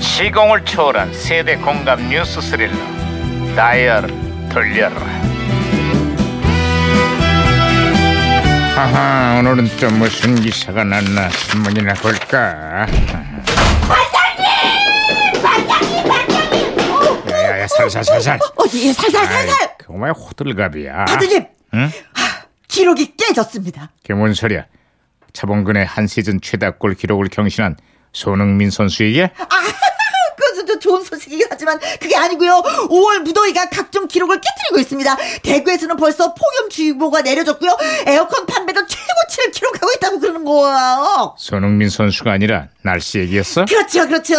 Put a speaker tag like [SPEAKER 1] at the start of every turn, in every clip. [SPEAKER 1] 시공을 초월한 세대 공감 뉴스 스릴러 다이얼 돌려라 아하 오늘은 또 무슨 기사가 났나 신문이나 볼까 야야야 살살살살
[SPEAKER 2] 어디 예, 살살
[SPEAKER 1] 아이,
[SPEAKER 2] 살살
[SPEAKER 1] 그만 호들갑이야
[SPEAKER 2] 아드님
[SPEAKER 1] 응?
[SPEAKER 2] 기록이 깨졌습니다.
[SPEAKER 1] 그게 뭔 소리야 차범근의 한 시즌 최다골 기록을 경신한 손흥민 선수에게
[SPEAKER 2] 그것도 좋은 소식이긴 하지만 그게 아니고요. 5월 무더위가 각종 기록을 깨뜨리고 있습니다. 대구에서는 벌써 폭염주의보가 내려졌고요. 에어컨 판매도 최고치를 기록하고 있다고 그러는 거예요.
[SPEAKER 1] 손흥민 선수가 아니라 날씨 얘기했어?
[SPEAKER 2] 그렇죠, 그렇죠.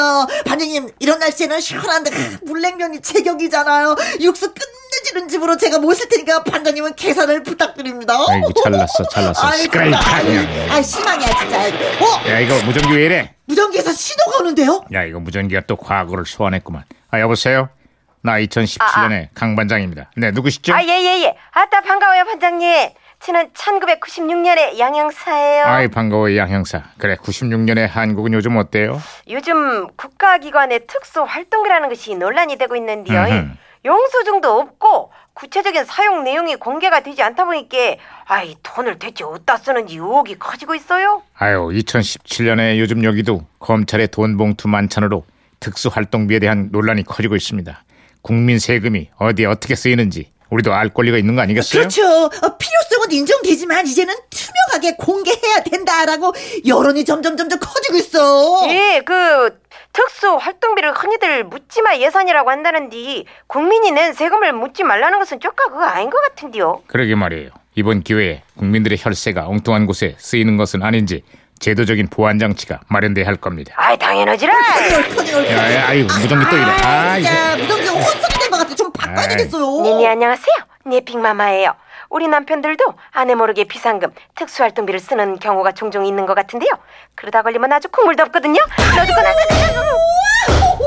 [SPEAKER 2] 반장님 이런 날씨에는 시원한데 크, 물냉면이 제격이잖아요. 육수 끝내주는 집으로 제가 모실 테니까 반장님은 계산을 부탁드립니다.
[SPEAKER 1] 아이고, 잘났어, 잘났어. 예.
[SPEAKER 2] 아이고,
[SPEAKER 1] 시끄러이,
[SPEAKER 2] 아이,
[SPEAKER 1] 그냥.
[SPEAKER 2] 아 심하냐 진짜. 어
[SPEAKER 1] 야 이거 무전기 왜 이래?
[SPEAKER 2] 무전기에서 신호가 오는데요.
[SPEAKER 1] 야 이거 무전기가 또 과거를 소환했구만. 아 여보세요? 나 2017년의 강 반장입니다. 네 누구시죠?
[SPEAKER 3] 아, 예, 예, 예. 아따, 반가워요, 반장님. 저는 1996년에 양형사예요.
[SPEAKER 1] 아이 반가워 양 형사. 그래 96년의 한국은 요즘 어때요?
[SPEAKER 3] 요즘 국가기관의 특수활동비라는 것이 논란이 되고 있는데요.
[SPEAKER 1] 음흠.
[SPEAKER 3] 영수증도 없고 구체적인 사용 내용이 공개가 되지 않다 보니까 아이 돈을 대체 어디다 쓰는지 의혹이 커지고 있어요.
[SPEAKER 1] 아유 2017년에 요즘 여기도 검찰의 돈 봉투 만찬으로 특수활동비에 대한 논란이 커지고 있습니다. 국민 세금이 어디에 어떻게 쓰이는지 우리도 알 권리가 있는 거 아니겠어요?
[SPEAKER 2] 그렇죠. 어, 필요성은 인정되지만 이제는 투명하게 공개해야 된다라고 여론이 점점 점점 커지고 있어.
[SPEAKER 3] 예, 그 특수활동비를 흔히들 묻지마 예산이라고 한다는데 국민이 낸 세금을 묻지 말라는 것은 쪼까 그거 아닌 것 같은데요.
[SPEAKER 1] 그러게 말이에요. 이번 기회에 국민들의 혈세가 엉뚱한 곳에 쓰이는 것은 아닌지 제도적인 보완 장치가 마련돼야 할 겁니다.
[SPEAKER 3] 아이 당연하지라.
[SPEAKER 2] 얼큰이 얼큰이.
[SPEAKER 1] 야, 야, 아이고, 무전기 또 이래. 아, 이거.
[SPEAKER 2] 진짜 무전기가 혼선이 된 것 같아. 좀 바꿔야
[SPEAKER 1] 아이.
[SPEAKER 2] 되겠어요.
[SPEAKER 3] 니니 안녕하세요. 네 빅마마예요. 우리 남편들도 아내 모르게 비상금, 특수활동비를 쓰는 경우가 종종 있는 것 같은데요. 그러다 걸리면 아주 콧물도 없거든요. 넣어주고 나서
[SPEAKER 2] 오,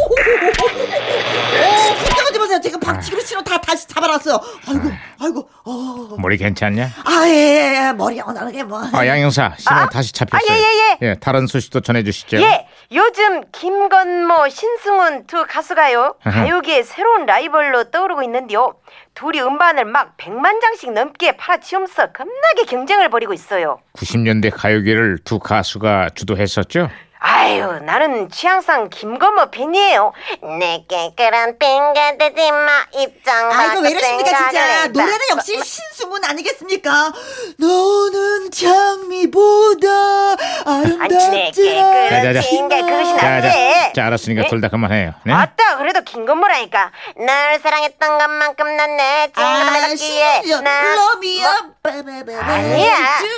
[SPEAKER 2] 어, 걱정하지 마세요. 제가 박치기로 신호 다 다시 잡아놨어요. 아이고, 아이고, 어.
[SPEAKER 1] 머리 괜찮냐?
[SPEAKER 2] 아예 머리 영원하게 뭐.
[SPEAKER 1] 아, 양 형사, 신호 다시 잡혔어요.
[SPEAKER 3] 아, 예,
[SPEAKER 1] 예. 다른 소식도 전해주시죠.
[SPEAKER 3] 예, 요즘 김건모, 신승훈 두 가수가요. 가요계의 새로운 라이벌로 떠오르고 있는데요. 둘이 음반을 막 100만 장씩 넘게 팔아치우면서 겁나게 경쟁을 벌이고 있어요.
[SPEAKER 1] 90년대 가요계를 두 가수가 주도했었죠.
[SPEAKER 3] 아유, 나는 취향상 김건모 팬이에요. 내게 그런 빙가 되지 마, 입장
[SPEAKER 2] 아이고
[SPEAKER 3] 바꿔
[SPEAKER 2] 왜 이러십니까 진짜
[SPEAKER 3] 생각을 해봐.
[SPEAKER 2] 노래는 역시 신승훈 아니겠습니까? 너는 장미보다
[SPEAKER 1] 개그는
[SPEAKER 2] 아름답지
[SPEAKER 3] 아니, 내
[SPEAKER 2] 않지만
[SPEAKER 3] 진짜 그것이
[SPEAKER 1] 자,
[SPEAKER 3] 나-
[SPEAKER 1] 자,
[SPEAKER 3] 네.
[SPEAKER 1] 자, 알았으니까
[SPEAKER 3] 네?
[SPEAKER 1] 둘 다 그만해요. 네?
[SPEAKER 3] 맞다, 그래도 김건모라니까. 날 사랑했던 것만큼 난 내 친구를
[SPEAKER 2] 아
[SPEAKER 3] 받기에.
[SPEAKER 2] 신승훈 러미야 빠바바바
[SPEAKER 3] 아니야,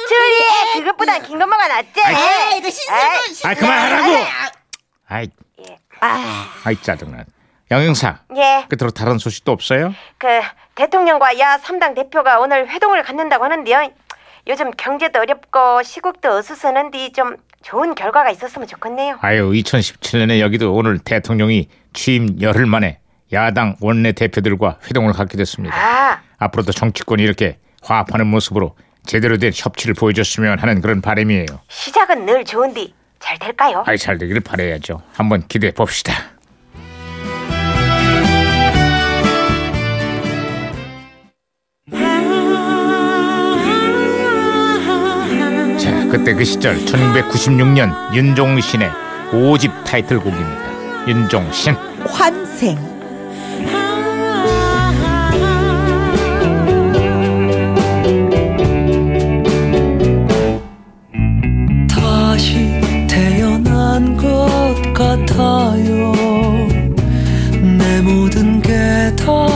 [SPEAKER 3] 줄리에. 그것보단 김건모가 낫지.
[SPEAKER 2] 아 이거 신승훈
[SPEAKER 3] 아이,
[SPEAKER 2] 신승훈
[SPEAKER 1] 아, 그만하라고!
[SPEAKER 2] 아,
[SPEAKER 1] 아이,
[SPEAKER 2] 아,
[SPEAKER 1] 아이, 짜증나. 양 형사,
[SPEAKER 3] 예,
[SPEAKER 1] 끝으로 다른 소식도 없어요?
[SPEAKER 3] 그 대통령과 야 3당 대표가 오늘 회동을 갖는다고 하는데요. 요즘 경제도 어렵고 시국도 어수선한데 좀 좋은 결과가 있었으면 좋겠네요.
[SPEAKER 1] 아유, 2017년에 여기도 오늘 대통령이 취임 열흘 만에 야당 원내 대표들과 회동을 갖게 됐습니다.
[SPEAKER 3] 아,
[SPEAKER 1] 앞으로도 정치권이 이렇게 화합하는 모습으로 제대로 된 협치를 보여줬으면 하는 그런 바람이에요.
[SPEAKER 3] 시작은 늘 좋은데 잘 될까요?
[SPEAKER 1] 아이 잘 되기를 바라야죠. 한번 기대해 봅시다. 자, 그때 그 시절 1996년 윤종신의 5집 타이틀곡입니다. 윤종신.
[SPEAKER 2] 환생
[SPEAKER 4] 다시 태어난 것 같아요 내 모든 게 다